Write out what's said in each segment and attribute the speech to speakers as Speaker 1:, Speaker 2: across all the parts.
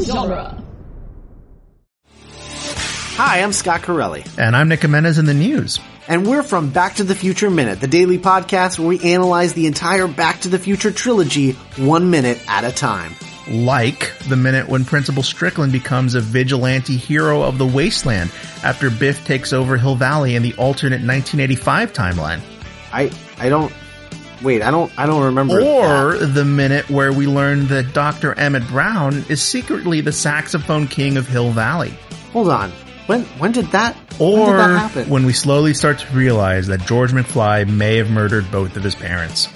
Speaker 1: genre.
Speaker 2: Hi, I'm Scott Corelli,
Speaker 3: And I'm Nick Jimenez in the news.
Speaker 2: and we're from Back to the Future Minute, the daily podcast where we analyze the entire Back to the Future trilogy one minute at a time.
Speaker 3: Like the minute when Principal Strickland becomes a vigilante hero of the wasteland after Biff takes over Hill Valley in the alternate 1985 timeline.
Speaker 2: I I don't wait, I don't I don't remember. that.
Speaker 3: Or the minute where we learn that Dr. Emmett Brown is secretly the saxophone king of Hill Valley.
Speaker 2: hold on. When when did that when did that
Speaker 3: Or
Speaker 2: happen?
Speaker 3: when we slowly start to realize that George McFly may have murdered both of his parents.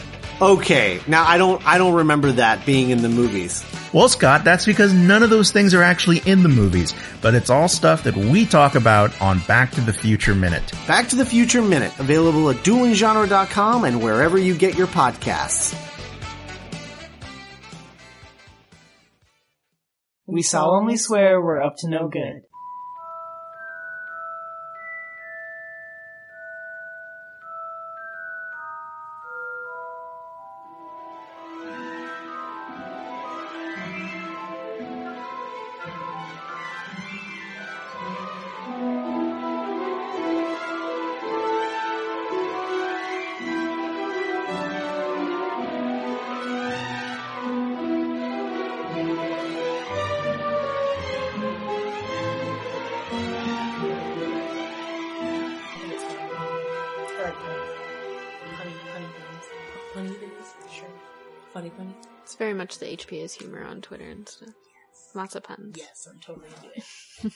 Speaker 2: okay, now I don't I don't remember that being in the movies.
Speaker 3: Well, Scott, that's because none of those things are actually in the movies, but it's all stuff that we talk about on Back to the Future Minute.
Speaker 2: Back to the Future Minute, available at duelinggenre.com and wherever you get your podcasts.
Speaker 4: We solemnly swear we're up to no good.
Speaker 5: Funny, funny.
Speaker 1: It's very much the HPA's humor on Twitter and stuff. Lots of puns.
Speaker 5: Yes, I'm totally into it.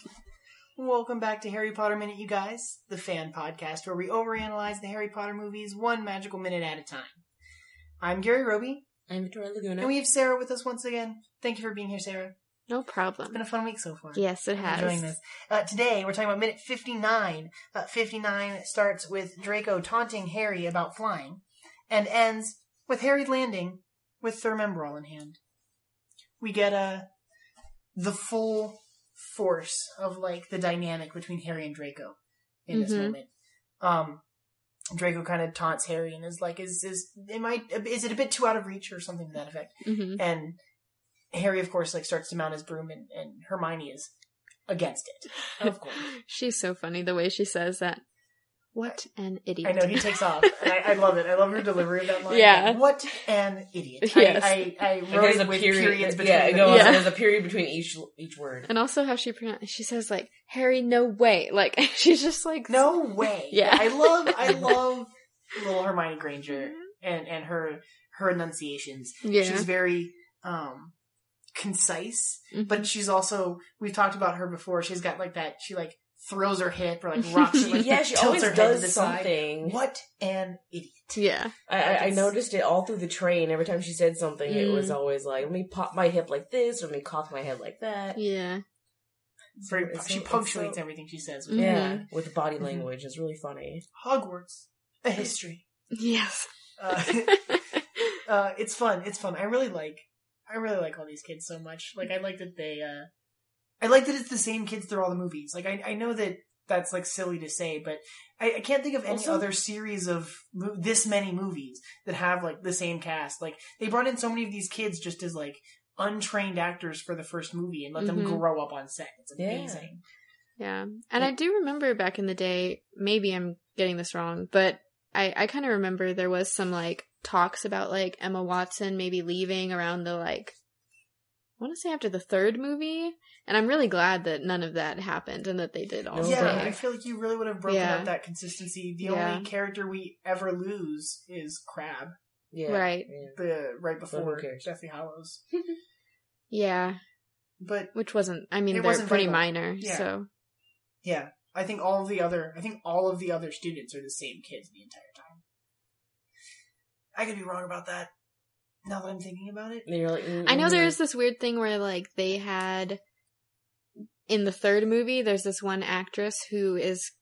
Speaker 4: Welcome back to Harry Potter Minute, you guys, the fan podcast where we overanalyze the Harry Potter movies one magical minute at a time. I'm Gary Roby,
Speaker 5: I'm Victoria Laguna.
Speaker 4: and we have Sarah with us once again. Thank you for being here, Sarah.
Speaker 1: No
Speaker 4: It's been
Speaker 1: problem.
Speaker 4: a fun week so far.
Speaker 1: Yes, it
Speaker 4: I'm Enjoying
Speaker 1: has.
Speaker 4: this. Uh, today we're talking about minute 59. Uh, 59 starts with Draco taunting Harry about flying, and ends with Harry landing with Thermembrol in hand. We get uh, the full force of like the dynamic between Harry and Draco in this
Speaker 1: Mhm.
Speaker 4: moment. Um, Draco kind of taunts Harry and is like, "Is is am I? Is it a bit too out of reach or something to that effect?"
Speaker 1: hmm
Speaker 4: and Harry, of course, like starts to mount his broom, and, and Hermione is against it. Of course,
Speaker 1: She's so funny the way she says that. What an idiot.
Speaker 4: I know he takes off, and I, I love it. I love her delivery of that line.
Speaker 1: Yeah.
Speaker 4: Like, what an idiot!
Speaker 1: Yes.
Speaker 4: I, I, I
Speaker 5: Like,
Speaker 4: wrote it with periods between.
Speaker 5: yeah,
Speaker 4: them.
Speaker 5: no,
Speaker 1: Yeah.
Speaker 5: there's a period between each each word.
Speaker 1: And also how she pronounces, she says like, Harry, no way. Like, she's just like,
Speaker 4: No way.
Speaker 1: Yeah.
Speaker 4: I love I love little Hermione Granger and and her her enunciations.
Speaker 1: Yeah.
Speaker 4: She's very um concise,
Speaker 5: Mm-hmm.
Speaker 1: Mhm.
Speaker 4: but she's also we've talked about her before. She's got like that she like throws her hip or like rocks it like
Speaker 5: yeah, she
Speaker 4: tilts
Speaker 5: always
Speaker 4: her head to the
Speaker 5: does
Speaker 4: side.
Speaker 5: something.
Speaker 4: What an idiot.
Speaker 1: Yeah.
Speaker 5: I, I, I noticed it all through the train. Every time she said something, it was
Speaker 1: Mm.
Speaker 5: always like, "Let me pop my hip like this," or "Let me cock my head like that."
Speaker 1: Yeah.
Speaker 4: It's Very,
Speaker 5: It's so-
Speaker 4: she
Speaker 5: it's
Speaker 4: punctuates
Speaker 5: so-
Speaker 4: everything she says with
Speaker 1: Mhm.
Speaker 5: Yeah, with body
Speaker 4: Mhm.
Speaker 5: language, it's really funny.
Speaker 4: Hogwarts. A history.
Speaker 1: Yes.
Speaker 4: Uh, uh, it's fun. It's fun. I really like. I really like all these kids so much. Like I like that they. uh I like that it's the same kids through all the movies. Like I, I know that that's like silly to say, but I, I can't think of any
Speaker 5: Also-
Speaker 4: other series of mo- this many movies that have like the same cast. Like they brought in so many of these kids just as like untrained actors for the first movie and let them
Speaker 1: Mhm.
Speaker 4: grow up on set. It's
Speaker 5: Yeah.
Speaker 4: amazing.
Speaker 1: Yeah. And I do remember back in the day, maybe I'm getting this wrong, but I, I kind of remember there was some like talks about like Emma Watson maybe leaving around the like, I want to say after the third movie. And I'm really glad that none of that happened and that they did all
Speaker 5: Okay.
Speaker 4: Yeah,
Speaker 1: stay.
Speaker 4: I feel like you really would have broken
Speaker 1: Yeah.
Speaker 4: up that consistency. The
Speaker 1: Yeah.
Speaker 4: only character we ever lose is Crab,
Speaker 5: Yeah,
Speaker 1: Right.
Speaker 5: yeah.
Speaker 4: the right before
Speaker 5: cares?
Speaker 4: Deathly Hollows.
Speaker 1: Yeah.
Speaker 4: But
Speaker 1: Which wasn't, I mean,
Speaker 4: It
Speaker 1: they're
Speaker 4: wasn't
Speaker 1: pretty
Speaker 4: very long.
Speaker 1: minor.
Speaker 4: Yeah.
Speaker 1: So,
Speaker 4: yeah, I think all of the other, I think all of the other students are the same kids the entire time. I could be wrong about that. Now that I'm thinking about it,
Speaker 5: And you're like, mm,
Speaker 1: I know
Speaker 5: mm,
Speaker 1: there
Speaker 5: mm.
Speaker 1: is this weird thing where like they had in the third movie there's this one actress who is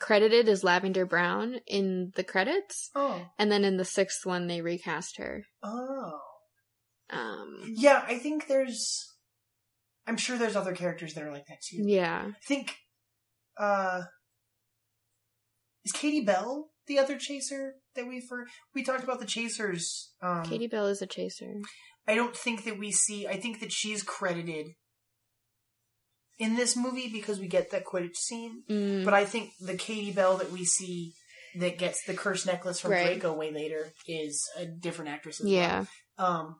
Speaker 1: credited as Lavender Brown in the credits
Speaker 4: oh,
Speaker 1: and then in the sixth one they recast her.
Speaker 4: oh,
Speaker 1: Um
Speaker 4: yeah. I think there's, I'm sure there's other characters that are like that too.
Speaker 1: yeah.
Speaker 4: I think, uh, is Katie Bell the other chaser that we've heard? We talked about the chasers. Um,
Speaker 1: Katie Bell is a chaser.
Speaker 4: I don't think that we see. I think that she's credited in this movie because we get that Quidditch scene.
Speaker 1: Mm.
Speaker 4: But I think the Katie Bell that we see that gets the cursed necklace from
Speaker 1: Right.
Speaker 4: Draco way later is a different actress. As
Speaker 1: yeah.
Speaker 4: Well. Um,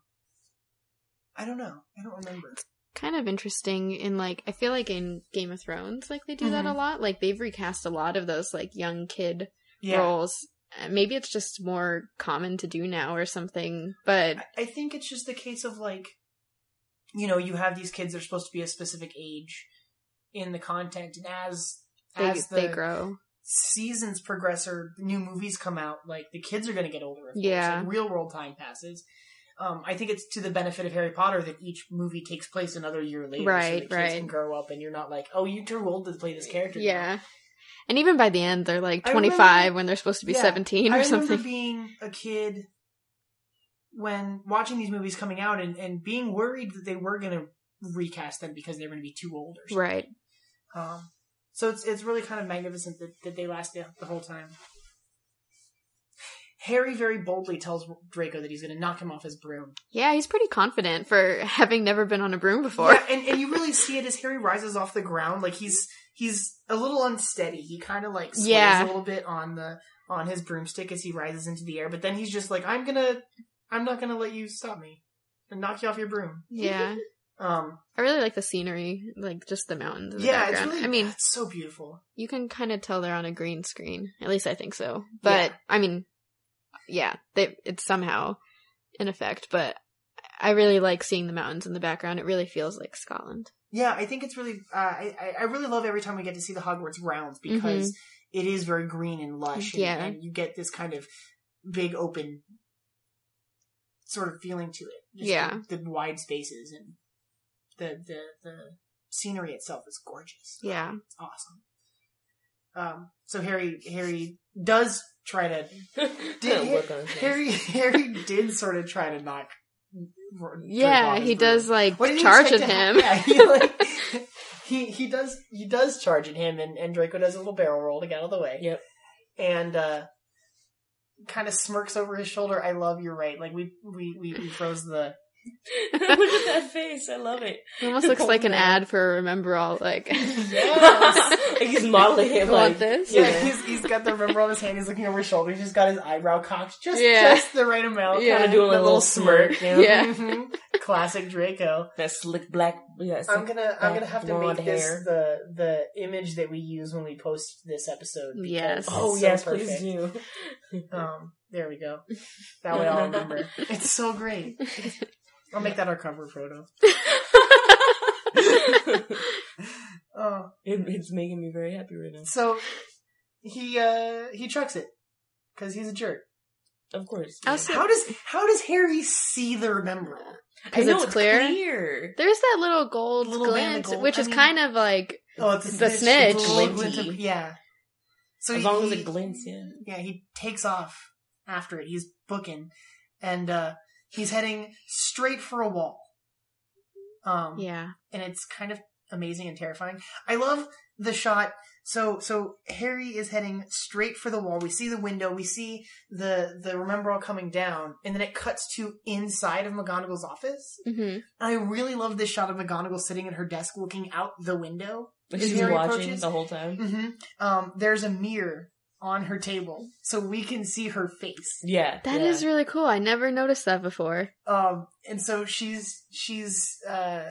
Speaker 4: I don't know. I don't remember.
Speaker 1: Kind of interesting in like I feel like in Game of Thrones like they do that a
Speaker 4: Mhm.
Speaker 1: lot. Like they've recast a lot of those like young kid
Speaker 4: Yeah.
Speaker 1: roles. Uh, Maybe it's just more common to do now or something. But
Speaker 4: I- I think it's just the case of like, you know, you have these kids that are supposed to be a specific age in the content, and as
Speaker 1: they
Speaker 4: as the
Speaker 1: they grow.
Speaker 4: seasons progress or new movies come out, like the kids are going to get older. Of course.
Speaker 1: Yeah.
Speaker 4: like, real world time passes. Um, I think it's to the benefit of Harry Potter that each movie takes place another year later, so
Speaker 1: Right,
Speaker 4: the kids
Speaker 1: right.
Speaker 4: can grow up, and you're not like, oh, you're too old to play this character. now."
Speaker 1: Yeah. And even by the end they're like
Speaker 4: I
Speaker 1: 25
Speaker 4: remember-
Speaker 1: when they're supposed to be
Speaker 4: Yeah.
Speaker 1: 17 or
Speaker 4: I
Speaker 1: something.
Speaker 4: remember being a kid when watching these movies coming out and, and being worried that they were going to recast them because they were going to be too old or something.
Speaker 1: right.
Speaker 4: Um, so it's it's really kind of magnificent that, that they last the, the whole time. Harry very boldly tells Draco that he's going to knock him off his broom.
Speaker 1: Yeah, he's pretty confident for having never been on a broom before.
Speaker 4: Yeah, and, and you really see it as Harry rises off the ground. Like he's he's a little unsteady. He kind of like sways
Speaker 1: Yeah.
Speaker 4: a little bit on the on his broomstick as he rises into the air. But then he's just like, I'm gonna, I'm not gonna let you stop me and knock you off your broom.
Speaker 1: yeah.
Speaker 4: Um,
Speaker 1: I really like the scenery, like just the mountains in the
Speaker 4: yeah, it's
Speaker 1: background.
Speaker 4: really,
Speaker 1: I mean,
Speaker 4: it's so beautiful.
Speaker 1: you can kind of tell they're on a green screen. At least I think so. But I mean, yeah, they, it's somehow in effect. But I really like seeing the mountains in the background. It really feels like Scotland.
Speaker 4: Yeah, I think it's really. Uh, I I- I really love every time we get to see the Hogwarts grounds because it is very green and lush. And,
Speaker 1: Mm-hmm. Yeah.
Speaker 4: and you get this kind of big open sort of feeling to it.
Speaker 1: Yeah.
Speaker 4: the, the wide spaces and the the the scenery itself is gorgeous.
Speaker 1: Yeah,
Speaker 4: it's awesome. Um, so Harry Harry does try to did
Speaker 5: Don't look on his face.
Speaker 4: Harry Harry did sort of try to knock. Draco
Speaker 1: yeah,
Speaker 4: off
Speaker 1: he
Speaker 4: his broom.
Speaker 1: does like
Speaker 4: What did you
Speaker 1: charge at
Speaker 4: expect to
Speaker 1: him.
Speaker 4: hap- Yeah, he, like, he he does he does charge at him, and, and Draco does a little barrel roll to get out of the way.
Speaker 5: Yep.
Speaker 4: and uh, kind of smirks over his shoulder. I love you're right. Like we we we, we froze the
Speaker 5: Look at that face. I love it.
Speaker 1: He almost looks
Speaker 5: Oh,
Speaker 1: like an
Speaker 5: no.
Speaker 1: ad for Remember All. Like,
Speaker 5: like he's modeling it.
Speaker 1: You
Speaker 5: Like,
Speaker 1: want this?
Speaker 5: Yeah.
Speaker 4: yeah. He's he's got the remember on his hand. He's looking over his shoulder. He's just got his eyebrow cocked, just
Speaker 1: Yeah.
Speaker 4: just the right amount.
Speaker 1: Yeah.
Speaker 5: Kind of doing
Speaker 4: That
Speaker 5: a little smirk. you know?
Speaker 1: Yeah.
Speaker 4: Mhm. classic Draco.
Speaker 5: That slick black. Yeah. it's
Speaker 4: I'm
Speaker 5: like-
Speaker 4: gonna I'm gonna have to
Speaker 5: Blonde
Speaker 4: make this
Speaker 5: hair.
Speaker 4: the the image that we use when we post this episode. because
Speaker 1: Yes.
Speaker 4: it's
Speaker 5: oh
Speaker 4: so
Speaker 5: yes,
Speaker 4: perfect.
Speaker 5: please do.
Speaker 4: Um, there we go. That way I'll remember. It's so great. I'll make that our cover photo. Oh,
Speaker 5: It- it's making me very happy right now.
Speaker 4: so he uh he trucks it because he's a jerk.
Speaker 5: Of course.
Speaker 1: I was-
Speaker 4: How does how does Harry see the remember?
Speaker 5: I
Speaker 1: because
Speaker 5: know
Speaker 1: it's clear.
Speaker 5: clear.
Speaker 1: There's that little gold
Speaker 4: Little band of
Speaker 1: glint,
Speaker 4: gold.
Speaker 1: which
Speaker 4: I
Speaker 1: is
Speaker 4: mean-
Speaker 1: kind of like
Speaker 4: Oh, it's
Speaker 1: The snitch.
Speaker 4: Gold
Speaker 5: Glinty.
Speaker 4: glint of- yeah. So
Speaker 5: As
Speaker 4: he-
Speaker 5: long as
Speaker 4: he-
Speaker 5: it glints, yeah.
Speaker 4: yeah, he takes off after it. He's booking, and uh, he's heading straight for a wall. Um,
Speaker 1: yeah,
Speaker 4: and it's kind of amazing and terrifying. I love the shot. So so Harry is heading straight for the wall. We see the window. We see the the remember all coming down, and then it cuts to inside of McGonagall's office.
Speaker 1: hmm
Speaker 4: And I really love this shot of McGonagall sitting at her desk, looking out the window.
Speaker 5: Like
Speaker 4: Is
Speaker 5: she's
Speaker 4: Harry
Speaker 5: watching
Speaker 4: approaches?
Speaker 5: the whole time.
Speaker 4: hmm Um, there's a mirror on her table, so we can see her face.
Speaker 5: Yeah.
Speaker 1: that is
Speaker 5: yeah.
Speaker 1: really cool. I never noticed that before.
Speaker 4: Um, and so she's she's uh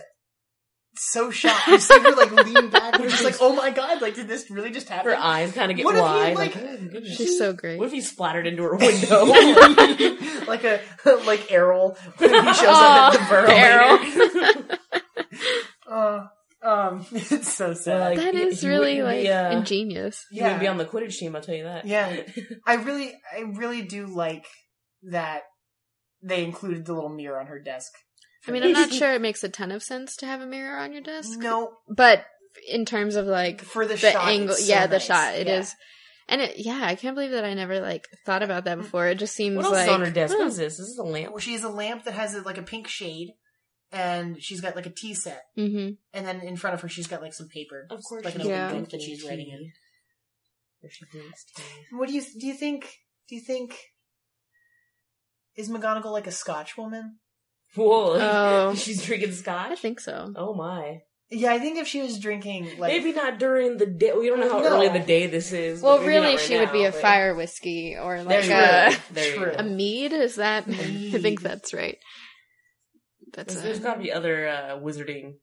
Speaker 4: so shocked. You see her like lean back, and she's like, "Oh my god! Like, did this really just happen?"
Speaker 5: Her eyes kind of get
Speaker 4: What if he,
Speaker 5: wide.
Speaker 4: like-
Speaker 5: Like, oh, goodness.
Speaker 1: She's so great.
Speaker 5: What if he splattered into her window?
Speaker 4: like a like Errol when he shows up at
Speaker 5: Oh,
Speaker 4: the
Speaker 1: Aw,
Speaker 4: burrow.
Speaker 1: Errol.
Speaker 4: later. Uh, um, it's so sad.
Speaker 5: Well, like,
Speaker 1: that
Speaker 5: he-
Speaker 1: is
Speaker 5: he
Speaker 1: really
Speaker 5: wouldn't
Speaker 1: like
Speaker 5: be, uh,
Speaker 1: ingenious.
Speaker 5: yeah.
Speaker 4: yeah,
Speaker 5: would be on the Quidditch team. I'll tell you that.
Speaker 4: yeah. I really, I really do like that they included the little mirror on her desk.
Speaker 1: I mean, I'm not sure it makes a ton of sense to have a mirror on your desk,
Speaker 4: No,
Speaker 1: but in terms of like
Speaker 4: for the,
Speaker 1: the
Speaker 4: shot,
Speaker 1: angle,
Speaker 4: it's so
Speaker 1: yeah, the
Speaker 4: nice.
Speaker 1: shot, it is,
Speaker 4: Yeah.
Speaker 1: And it, yeah, I can't believe that I never like thought about that before. It just seems
Speaker 5: Hmm. What else
Speaker 1: like
Speaker 5: is on her desk?
Speaker 1: hmm.
Speaker 5: What is this? This is a lamp.
Speaker 4: Well, she has a lamp that has like a pink shade, and she's got like a tea set,
Speaker 1: Mhm.
Speaker 4: and then in front of her she's got like some paper,
Speaker 5: Of course,
Speaker 4: like an
Speaker 1: she
Speaker 4: open
Speaker 1: Yeah.
Speaker 4: book that she's writing in.
Speaker 5: Or she drinks tea.
Speaker 4: What do you do? You think? Do you think? Is McGonagall like a Scotch woman?
Speaker 5: Whoa!
Speaker 1: Oh.
Speaker 4: Um,
Speaker 5: she's drinking
Speaker 1: I
Speaker 5: scotch.
Speaker 1: think so.
Speaker 5: Oh my!
Speaker 4: Yeah, I think if she was drinking, like
Speaker 5: Maybe not during the day. We don't know how
Speaker 4: No.
Speaker 5: early in the day this is. but
Speaker 1: Well,
Speaker 5: maybe not
Speaker 1: really,
Speaker 5: right
Speaker 1: she would
Speaker 5: now,
Speaker 1: be a
Speaker 5: but-
Speaker 1: fire whiskey or
Speaker 5: There
Speaker 1: like
Speaker 5: you
Speaker 1: a,
Speaker 5: go. There you
Speaker 4: True.
Speaker 5: go.
Speaker 1: a mead. Is that? I think that's right. That's
Speaker 5: There's, there's
Speaker 1: a,
Speaker 5: got to be other uh, wizarding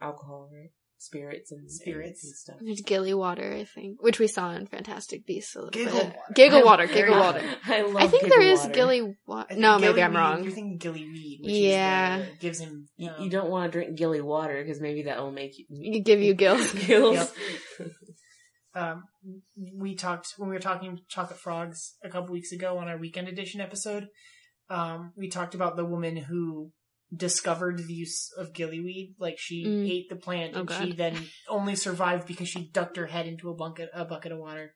Speaker 5: alcohol, right? Spirits and
Speaker 4: Spirits.
Speaker 5: and stuff.
Speaker 1: there's gilly water, I think, which we saw in Fantastic Beasts. A little
Speaker 4: Giggle
Speaker 1: bit.
Speaker 4: water.
Speaker 1: giggle water,
Speaker 4: There
Speaker 1: giggle
Speaker 4: you go.
Speaker 1: water.
Speaker 5: I love.
Speaker 1: I think
Speaker 5: giggle
Speaker 1: there is
Speaker 5: water.
Speaker 1: gilly water.
Speaker 4: I
Speaker 1: No,
Speaker 4: think
Speaker 1: maybe
Speaker 4: Gilly
Speaker 1: I'm
Speaker 4: Reed-
Speaker 1: wrong.
Speaker 4: You're thinking Gilly Reed, which
Speaker 1: Yeah. Oh.
Speaker 4: is the, gives him.
Speaker 5: You,
Speaker 4: um,
Speaker 5: you don't want to drink gilly water because maybe that will make you
Speaker 1: You give you gills.
Speaker 5: gills.
Speaker 4: Yep. um, we talked when we were talking chocolate frogs a couple weeks ago on our weekend edition episode. Um, we talked about the woman who discovered the use of gillyweed. Like she
Speaker 1: Mm.
Speaker 4: ate the plant
Speaker 1: Oh,
Speaker 4: and
Speaker 1: God.
Speaker 4: she then only survived because she ducked her head into a bucket a bucket of water.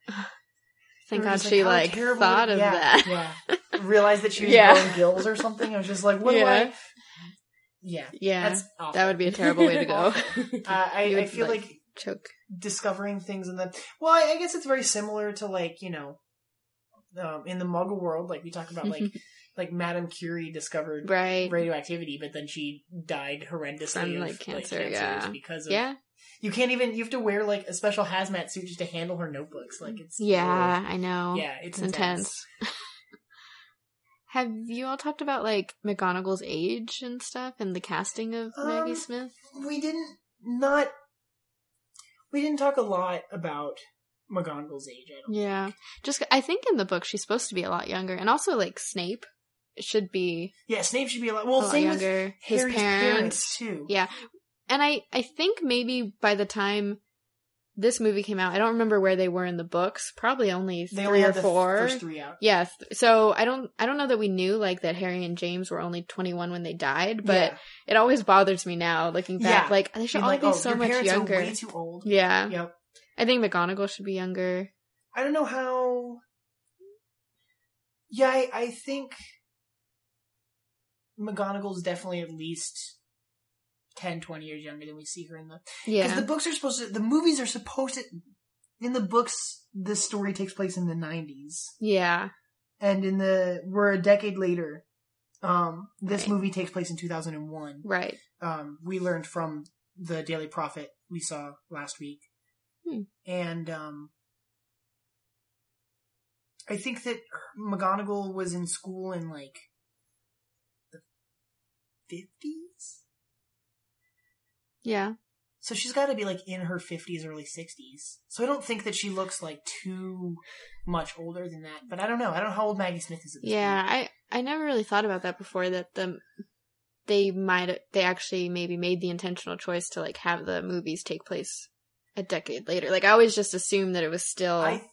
Speaker 1: Thank
Speaker 4: We were
Speaker 1: God
Speaker 4: just
Speaker 1: she
Speaker 4: how
Speaker 1: like
Speaker 4: terrible-
Speaker 1: thought of
Speaker 4: yeah,
Speaker 1: that.
Speaker 4: Yeah, realized that she was
Speaker 1: Yeah.
Speaker 4: growing gills or something. I was just like, what do
Speaker 1: Yeah.
Speaker 4: I? Yeah,
Speaker 1: Yeah,
Speaker 4: that's awful.
Speaker 1: that would be a terrible way to go.
Speaker 4: Uh, I,
Speaker 1: You
Speaker 4: I
Speaker 1: would,
Speaker 4: feel
Speaker 1: like-
Speaker 4: like
Speaker 1: Choke.
Speaker 4: discovering things and then well I, I guess it's very similar to like you know um, in the muggle world like we talk about like like madame curie discovered
Speaker 1: Right.
Speaker 4: radioactivity but then she died horrendously
Speaker 1: From,
Speaker 4: of,
Speaker 1: like, cancer, yeah.
Speaker 4: because of
Speaker 1: Yeah.
Speaker 4: you can't even you have to wear like a special hazmat suit just to handle her notebooks like it's
Speaker 1: Yeah, I know.
Speaker 4: yeah it's
Speaker 1: It's intense. Have you all talked about like McGonagall's age and stuff and the casting of Maggie
Speaker 4: Um,
Speaker 1: Smith?
Speaker 4: we didn't not we didn't talk a lot about McGonagall's age I don't
Speaker 1: Yeah. Just I think in the book she's supposed to be a lot younger and also like Snape should be
Speaker 4: yeah Snape should be a lot well
Speaker 1: a lot
Speaker 4: same with
Speaker 1: younger. His
Speaker 4: Harry's
Speaker 1: parents.
Speaker 4: parents too
Speaker 1: Yeah. And I I think maybe by the time this movie came out, I don't remember where they were in the books. Probably only
Speaker 4: they
Speaker 1: three
Speaker 4: only
Speaker 1: or
Speaker 4: had the f-
Speaker 1: four.
Speaker 4: first three out
Speaker 1: Yes. So I don't I don't know that we knew like that Harry and James were only 21 when they died, but
Speaker 4: Yeah.
Speaker 1: it always bothers me now looking back
Speaker 4: Yeah.
Speaker 1: like they should
Speaker 4: Being
Speaker 1: all
Speaker 4: like,
Speaker 1: be
Speaker 4: oh,
Speaker 1: so
Speaker 4: your
Speaker 1: much
Speaker 4: parents Are
Speaker 1: younger.
Speaker 4: way too old.
Speaker 1: Yeah.
Speaker 4: Yep.
Speaker 1: I think McGonagall should be younger.
Speaker 4: I don't know how. Yeah, I, I think McGonagall's definitely at least 10, 20 years younger than we see her in the. Because
Speaker 1: Yeah.
Speaker 4: the books are supposed to. The movies are supposed to. In the books, this story takes place in the 90s.
Speaker 1: yeah.
Speaker 4: And in the. We're a decade later. Um, this
Speaker 1: Right.
Speaker 4: movie takes place in 2001.
Speaker 1: Right.
Speaker 4: um, we learned from the Daily Prophet we saw last week.
Speaker 1: Hmm.
Speaker 4: And um, I think that McGonagall was in school in like the 50s?
Speaker 1: Yeah.
Speaker 4: So she's got to be like in her 50s, early 60s. So I don't think that she looks like too much older than that. But I don't know. I don't know how old Maggie Smith is at this
Speaker 1: Yeah, I I never really thought about that before that the they might they actually maybe made the intentional choice to like have the movies take place a decade later. Like I always just assumed that it was still
Speaker 4: point. I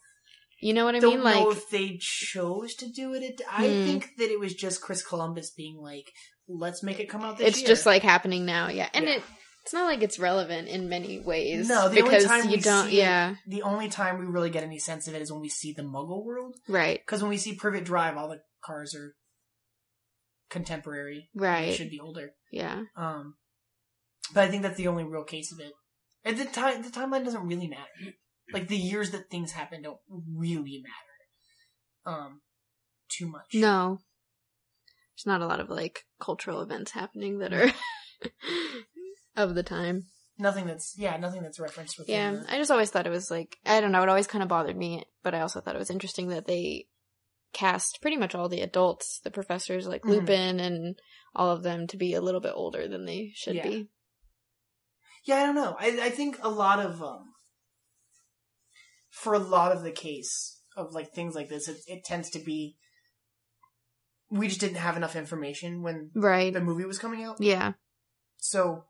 Speaker 1: you know what I
Speaker 4: don't
Speaker 1: mean
Speaker 4: know
Speaker 1: like
Speaker 4: if they chose to do it. At, I
Speaker 1: Hmm.
Speaker 4: think that it was just Chris Columbus being like, "Let's make it come out this
Speaker 1: it's
Speaker 4: year."
Speaker 1: just like happening now. Yeah. And
Speaker 4: Yeah.
Speaker 1: it it's not like it's relevant in many ways
Speaker 4: No, the only
Speaker 1: because
Speaker 4: time
Speaker 1: you
Speaker 4: we
Speaker 1: don't
Speaker 4: see it-
Speaker 1: yeah,
Speaker 4: the only time we really get any sense of it is when we see the Muggle world.
Speaker 1: right.
Speaker 4: Because when we see Privet Drive, all the cars are contemporary. They
Speaker 1: Right.
Speaker 4: should be older.
Speaker 1: Yeah.
Speaker 4: Um, but I think that's the only real case of it. At the time, the timeline doesn't really matter. Like the years that things happen don't really matter. Um, too much.
Speaker 1: No. There's not a lot of like cultural events happening that
Speaker 4: Mm.
Speaker 1: are of the time.
Speaker 4: nothing that's yeah, nothing that's referenced within.
Speaker 1: Yeah,
Speaker 4: the-
Speaker 1: I just always thought it was like I don't know. It always kind of bothered me, but I also thought it was interesting that they cast pretty much all the adults, the professors like
Speaker 4: Mhm.
Speaker 1: Lupin and all of them, to be a little bit older than they should
Speaker 4: Yeah.
Speaker 1: be.
Speaker 4: Yeah, I don't know. I, I think a lot of um, for a lot of the case of like things like this, it, it tends to be we just didn't have enough information when
Speaker 1: Right?
Speaker 4: the movie was coming out.
Speaker 1: Yeah.
Speaker 4: So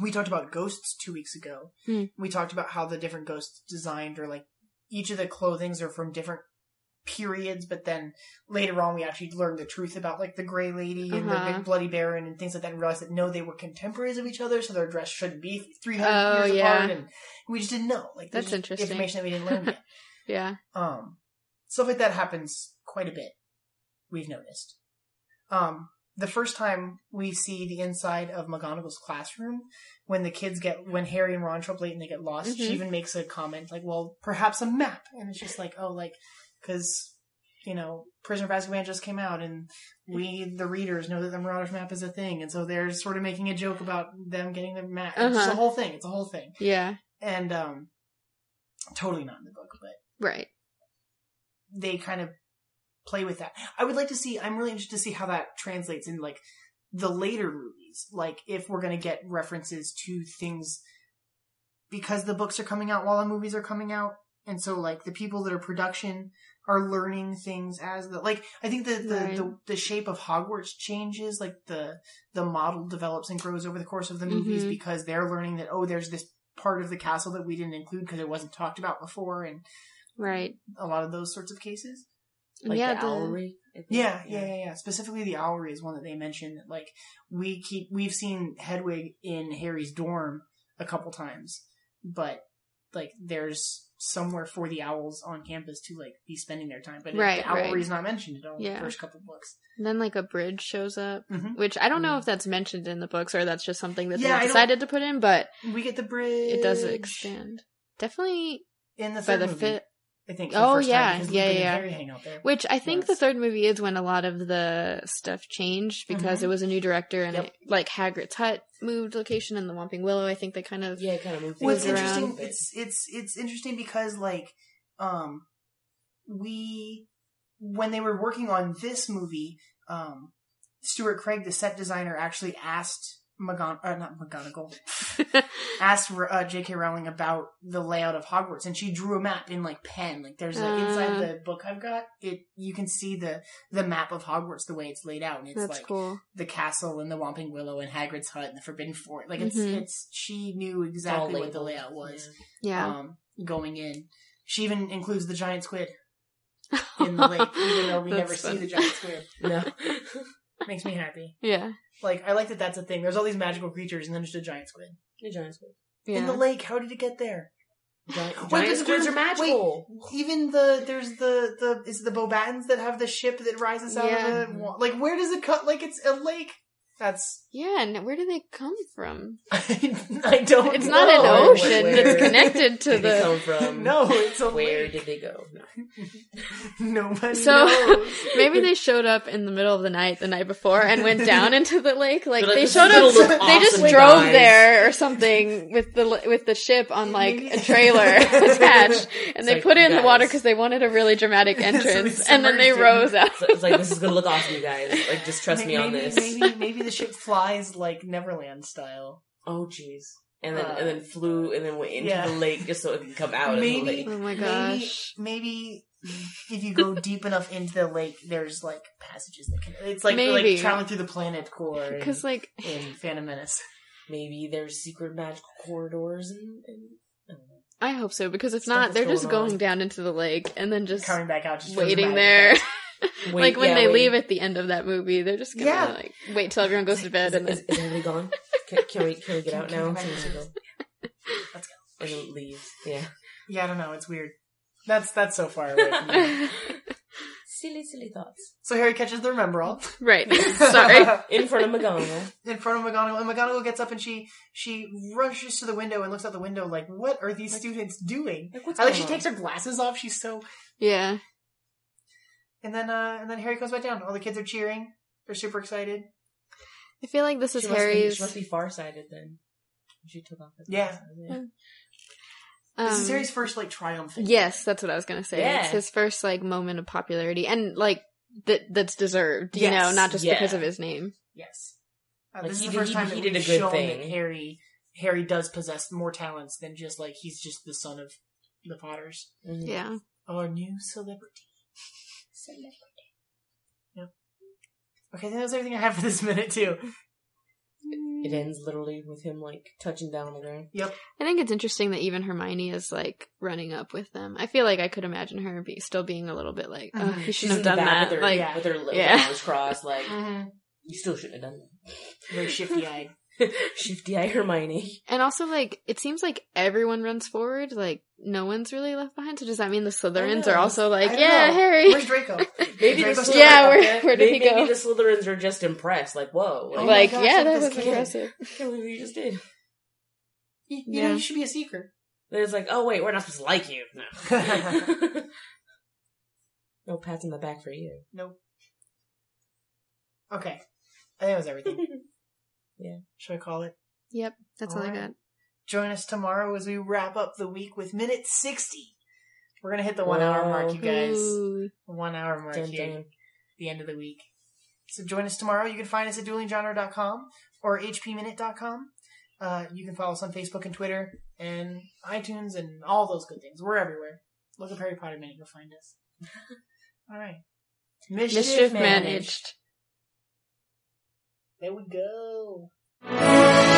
Speaker 4: we talked about ghosts two weeks ago.
Speaker 1: Hmm.
Speaker 4: We talked about how the different ghosts designed or like each of the clothings are from different periods, but then later on we actually learned the truth about like the Grey Lady and the
Speaker 1: Uh-huh.
Speaker 4: Big Bloody Baron and things like that and realized that no, they were contemporaries of each other, so their dress should be 300
Speaker 1: Oh,
Speaker 4: years
Speaker 1: yeah.
Speaker 4: apart. And we just didn't know. Like, there's
Speaker 1: That's
Speaker 4: just
Speaker 1: interesting.
Speaker 4: Information that we didn't learn yet.
Speaker 1: Yeah.
Speaker 4: Um, stuff like that happens quite a bit. We've noticed. Um, the first time we see the inside of McGonagall's classroom, when the kids get, when Harry and Ron show up late and they get lost, she
Speaker 1: Mhm.
Speaker 4: even makes a comment like, "Well, perhaps a map," and it's just like, "Oh, like, because you know, Prisoner of Azkaban just came out, and we, the readers, know that the Marauders map is a thing, and so they're sort of making a joke about them getting the map. It's
Speaker 1: Uh-huh.
Speaker 4: a whole thing. It's a whole thing,
Speaker 1: Yeah.
Speaker 4: and um, totally not in the book, but
Speaker 1: Right.
Speaker 4: they kind of play with that. I would like to see. I'm really interested to see how that translates in like the later movies. Like if we're gonna get references to things because the books are coming out while the movies are coming out, and so like the people that are production are learning things as the like. I think the the,
Speaker 1: Right.
Speaker 4: the, the shape of Hogwarts changes. Like the the model develops and grows over the course of the movies
Speaker 1: Mhm.
Speaker 4: because they're learning that oh, there's this part of the castle that we didn't include because it wasn't talked about before, and
Speaker 1: Right.
Speaker 4: a lot of those sorts of cases.
Speaker 5: Like
Speaker 1: yeah.
Speaker 5: the
Speaker 1: the-
Speaker 5: owlry. I think.
Speaker 4: Yeah, yeah, yeah, yeah. Specifically, the owlry is one that they mentioned. That, like we keep, we've seen Hedwig in Harry's dorm a couple times, but like there's somewhere for the owls on campus to like be spending their time. But it-
Speaker 1: Right,
Speaker 4: the owlry
Speaker 1: right.
Speaker 4: is not mentioned at all in
Speaker 1: Yeah.
Speaker 4: the first couple books.
Speaker 1: And then like a bridge shows up,
Speaker 4: Mhm.
Speaker 1: which I don't know
Speaker 5: Mm.
Speaker 1: if that's mentioned in the books or that's just something that
Speaker 4: Yeah, I
Speaker 1: they
Speaker 4: don't-
Speaker 1: decided to put in, but
Speaker 4: We get the bridge.
Speaker 1: it does expand. Definitely
Speaker 4: in the
Speaker 1: by
Speaker 4: third
Speaker 1: the
Speaker 4: movie.
Speaker 1: fifth,
Speaker 4: I think. for the
Speaker 1: Oh,
Speaker 4: first
Speaker 1: yeah,
Speaker 4: time, because
Speaker 1: yeah,
Speaker 4: Lupin and
Speaker 1: yeah.
Speaker 4: Harry hang out there.
Speaker 1: which I think the
Speaker 4: Yes.
Speaker 1: third movie is when a lot of the stuff changed because
Speaker 4: Mhm.
Speaker 1: it was a new director and
Speaker 4: Yep.
Speaker 1: it, like Hagrid's hut moved location and the Whomping Willow. I think they kind of
Speaker 5: Yeah, kind of moved
Speaker 4: Well, it's
Speaker 1: What's
Speaker 5: things around a
Speaker 4: interesting.
Speaker 5: bit.
Speaker 4: It's it's it's interesting because like, um, we when they were working on this movie, um, Stuart Craig, the set designer, actually asked McGon uh, not McGonagall, asked uh, J.K. Rowling about the layout of Hogwarts, and she drew a map in like pen. Like there's like,
Speaker 1: Ah.
Speaker 4: inside the book I've got it, you can see the the map of Hogwarts the way it's laid out, and it's
Speaker 1: that's
Speaker 4: like
Speaker 1: cool.
Speaker 4: the castle and the Whomping Willow and Hagrid's hut and the Forbidden Fort. Like it's
Speaker 1: Mhm.
Speaker 4: it's she knew
Speaker 5: It's all
Speaker 4: exactly what the
Speaker 5: labeled.
Speaker 4: layout was
Speaker 1: Yeah.
Speaker 4: um, going in. She even includes the giant squid in the lake, even though we
Speaker 1: That's
Speaker 4: never
Speaker 1: fun.
Speaker 4: see the giant squid.
Speaker 5: Yeah. No.
Speaker 4: Makes me happy.
Speaker 1: Yeah.
Speaker 4: Like I like that that's a thing. There's all these magical creatures, and then just a giant squid
Speaker 5: the giant squid.
Speaker 1: Yeah.
Speaker 4: in the lake. How did it get there?
Speaker 5: Giant,
Speaker 4: Wait,
Speaker 5: giant
Speaker 4: because
Speaker 5: squids
Speaker 4: we're-
Speaker 5: are magical.
Speaker 4: Wait, even the there's the the is it the Bobatons that have the ship that rises out
Speaker 1: Yeah.
Speaker 4: of the wa- like where does it cut? Like it's a lake. That's
Speaker 1: yeah, and where do they come from?
Speaker 4: I don't.
Speaker 1: It's not an
Speaker 4: know.
Speaker 1: ocean that's connected to
Speaker 5: Where did they
Speaker 1: the
Speaker 5: come from?
Speaker 4: No, it's a
Speaker 5: Where
Speaker 4: lake.
Speaker 5: did they go? No.
Speaker 4: Nobody
Speaker 1: So-
Speaker 4: knows.
Speaker 1: Maybe they showed up in the middle of the night the night before and went down into the lake. Like
Speaker 5: They're like,
Speaker 1: they
Speaker 5: "This is
Speaker 1: showed
Speaker 5: gonna
Speaker 1: up,
Speaker 5: look
Speaker 1: they just
Speaker 5: awesome,
Speaker 1: drove
Speaker 5: guys."
Speaker 1: there or something with the li- with the ship on like a
Speaker 4: Maybe-
Speaker 1: trailer attached, and they
Speaker 5: like,
Speaker 1: put it in the water
Speaker 5: guys.
Speaker 1: because they wanted a really dramatic
Speaker 4: So
Speaker 1: entrance,
Speaker 4: they
Speaker 1: and then they
Speaker 4: submerged it.
Speaker 1: rose out.
Speaker 5: So it's like this is gonna look awesome, you guys. Like just trust me
Speaker 4: maybe,
Speaker 5: on this.
Speaker 4: Maybe maybe the ship flies like Neverland style.
Speaker 5: Oh jeez. And then
Speaker 4: Uh,
Speaker 5: and then flew and then went into
Speaker 4: yeah.
Speaker 5: the lake just so it could come out of the
Speaker 4: Maybe-
Speaker 5: lake.
Speaker 1: Oh my
Speaker 4: Maybe-
Speaker 1: gosh!
Speaker 4: Maybe if you go deep enough into the lake, there's like passages that can. It's like
Speaker 1: Maybe.
Speaker 4: like traveling through the planet core in,
Speaker 1: Because like
Speaker 4: in Phantom Menace.
Speaker 5: Maybe there's secret magical corridors and, and I don't know.
Speaker 1: I hope so, because if
Speaker 5: Stuff
Speaker 1: not,
Speaker 5: is
Speaker 1: they're just
Speaker 5: going on.
Speaker 1: going down into the lake and then just
Speaker 4: Coming back out, just for
Speaker 1: waiting
Speaker 4: dramatic
Speaker 1: there.
Speaker 4: effect.
Speaker 5: Wait,
Speaker 1: like when
Speaker 5: yeah,
Speaker 1: they
Speaker 5: wait.
Speaker 1: leave at the end of that movie, they're just gonna
Speaker 4: Yeah.
Speaker 1: like wait till everyone goes to
Speaker 5: Is,
Speaker 1: bed and
Speaker 5: is,
Speaker 1: then
Speaker 5: is everybody gone? Can, can we can we get
Speaker 4: Can-
Speaker 5: out
Speaker 4: can
Speaker 5: now? Can we
Speaker 4: we go back
Speaker 5: just
Speaker 4: to
Speaker 5: go?
Speaker 4: Let's go.
Speaker 5: And then leaves. Yeah.
Speaker 4: Yeah, I don't know. It's weird. That's that's so far away. From me.
Speaker 5: Silly, silly thoughts.
Speaker 4: so Harry catches the Remembrall.
Speaker 1: right. Sorry.
Speaker 5: In front of McGonagall.
Speaker 4: in front of McGonagall, and McGonagall gets up and she she rushes to the window and looks out the window like, "What are these students doing?"
Speaker 5: Like, what's
Speaker 4: I like
Speaker 5: going on?
Speaker 4: she takes her glasses off. She's so
Speaker 1: Yeah.
Speaker 4: And then uh and then Harry comes back down. All the kids are cheering. They're super excited.
Speaker 1: I feel like this is
Speaker 5: she Must be,
Speaker 1: Harry's.
Speaker 5: she must be farsighted then. She took off. her
Speaker 4: Yeah.
Speaker 5: glasses, yeah.
Speaker 1: um,
Speaker 4: this is Harry's first like triumph.
Speaker 1: Yes, that's what I was gonna say.
Speaker 5: Yeah.
Speaker 1: It's his first like moment of popularity, and like that that's deserved. You
Speaker 5: Yes,
Speaker 1: know, not just
Speaker 5: yeah.
Speaker 1: because of his name.
Speaker 4: Yes. Uh,
Speaker 5: Like,
Speaker 4: this
Speaker 5: he
Speaker 4: is the
Speaker 5: did-
Speaker 4: first
Speaker 5: he-
Speaker 4: time
Speaker 5: he
Speaker 4: that
Speaker 5: did a
Speaker 4: we've
Speaker 5: good
Speaker 4: shown
Speaker 5: thing.
Speaker 4: that Harry Harry does possess more talents than just like he's just the son of the Potters.
Speaker 5: Mhm.
Speaker 1: Yeah.
Speaker 4: Our new celebrity. Celebrity. Yep. Okay, that was everything I have for this minute too.
Speaker 5: It ends literally with him like touching down on the ground.
Speaker 4: Yep.
Speaker 1: I think it's interesting that even Hermione is like running up with them. I feel like I could imagine her be, still being a little bit like, oh,
Speaker 4: Mhm.
Speaker 1: you
Speaker 5: She's in
Speaker 1: shouldn't
Speaker 5: the
Speaker 1: have done
Speaker 5: back
Speaker 1: that.
Speaker 5: With her,
Speaker 1: like,
Speaker 4: yeah.
Speaker 5: with her little
Speaker 1: Yeah.
Speaker 5: arms crossed, like
Speaker 4: Mhm.
Speaker 5: you still shouldn't have done
Speaker 4: Very shifty eyed.
Speaker 5: that. Shifty eye Hermione.
Speaker 1: and also like it seems like everyone runs forward. Like no one's really left behind. So does that mean the Slytherins
Speaker 5: know.
Speaker 1: are also like,
Speaker 4: Oh, I don't
Speaker 1: yeah,
Speaker 4: know.
Speaker 1: Harry?
Speaker 4: Where's Draco?
Speaker 5: Maybe the
Speaker 4: Draco's
Speaker 5: Slytherins,
Speaker 4: still
Speaker 1: Yeah,
Speaker 4: up
Speaker 1: where-
Speaker 4: there.
Speaker 1: where did he
Speaker 5: maybe,
Speaker 1: go?
Speaker 5: the Slytherins are just impressed. Like whoa,
Speaker 4: Oh
Speaker 5: like,
Speaker 1: like,
Speaker 4: gosh,
Speaker 1: yeah,
Speaker 4: look
Speaker 1: that
Speaker 4: this
Speaker 1: was
Speaker 4: kid.
Speaker 1: impressive.
Speaker 5: I can't believe what you just did.
Speaker 4: You, you know,
Speaker 1: Yeah.
Speaker 4: you should be a seeker.
Speaker 5: Then it's like, oh wait, we're not supposed to like you. No. No pats on the back for you.
Speaker 4: Nope. Okay. I think that was everything.
Speaker 5: Yeah.
Speaker 4: Should I call it?
Speaker 1: Yep, that's all, I
Speaker 4: Alright.
Speaker 1: got.
Speaker 4: Join us tomorrow as we wrap up the week with minute 60. We're going to hit the one hour mark, you guys.
Speaker 1: Ooh.
Speaker 4: One hour mark
Speaker 5: Dun,
Speaker 4: here.
Speaker 5: dun.
Speaker 4: the end of the week. So join us tomorrow. You can find us at duelinggenre.com or hpminute.com. Uh, you can follow us on Facebook and Twitter and iTunes and all those good things. We're everywhere. Look up Harry Potter Minute, you'll find us. all right. Mischief,
Speaker 1: Mischief
Speaker 4: managed.
Speaker 1: managed.
Speaker 4: There we go.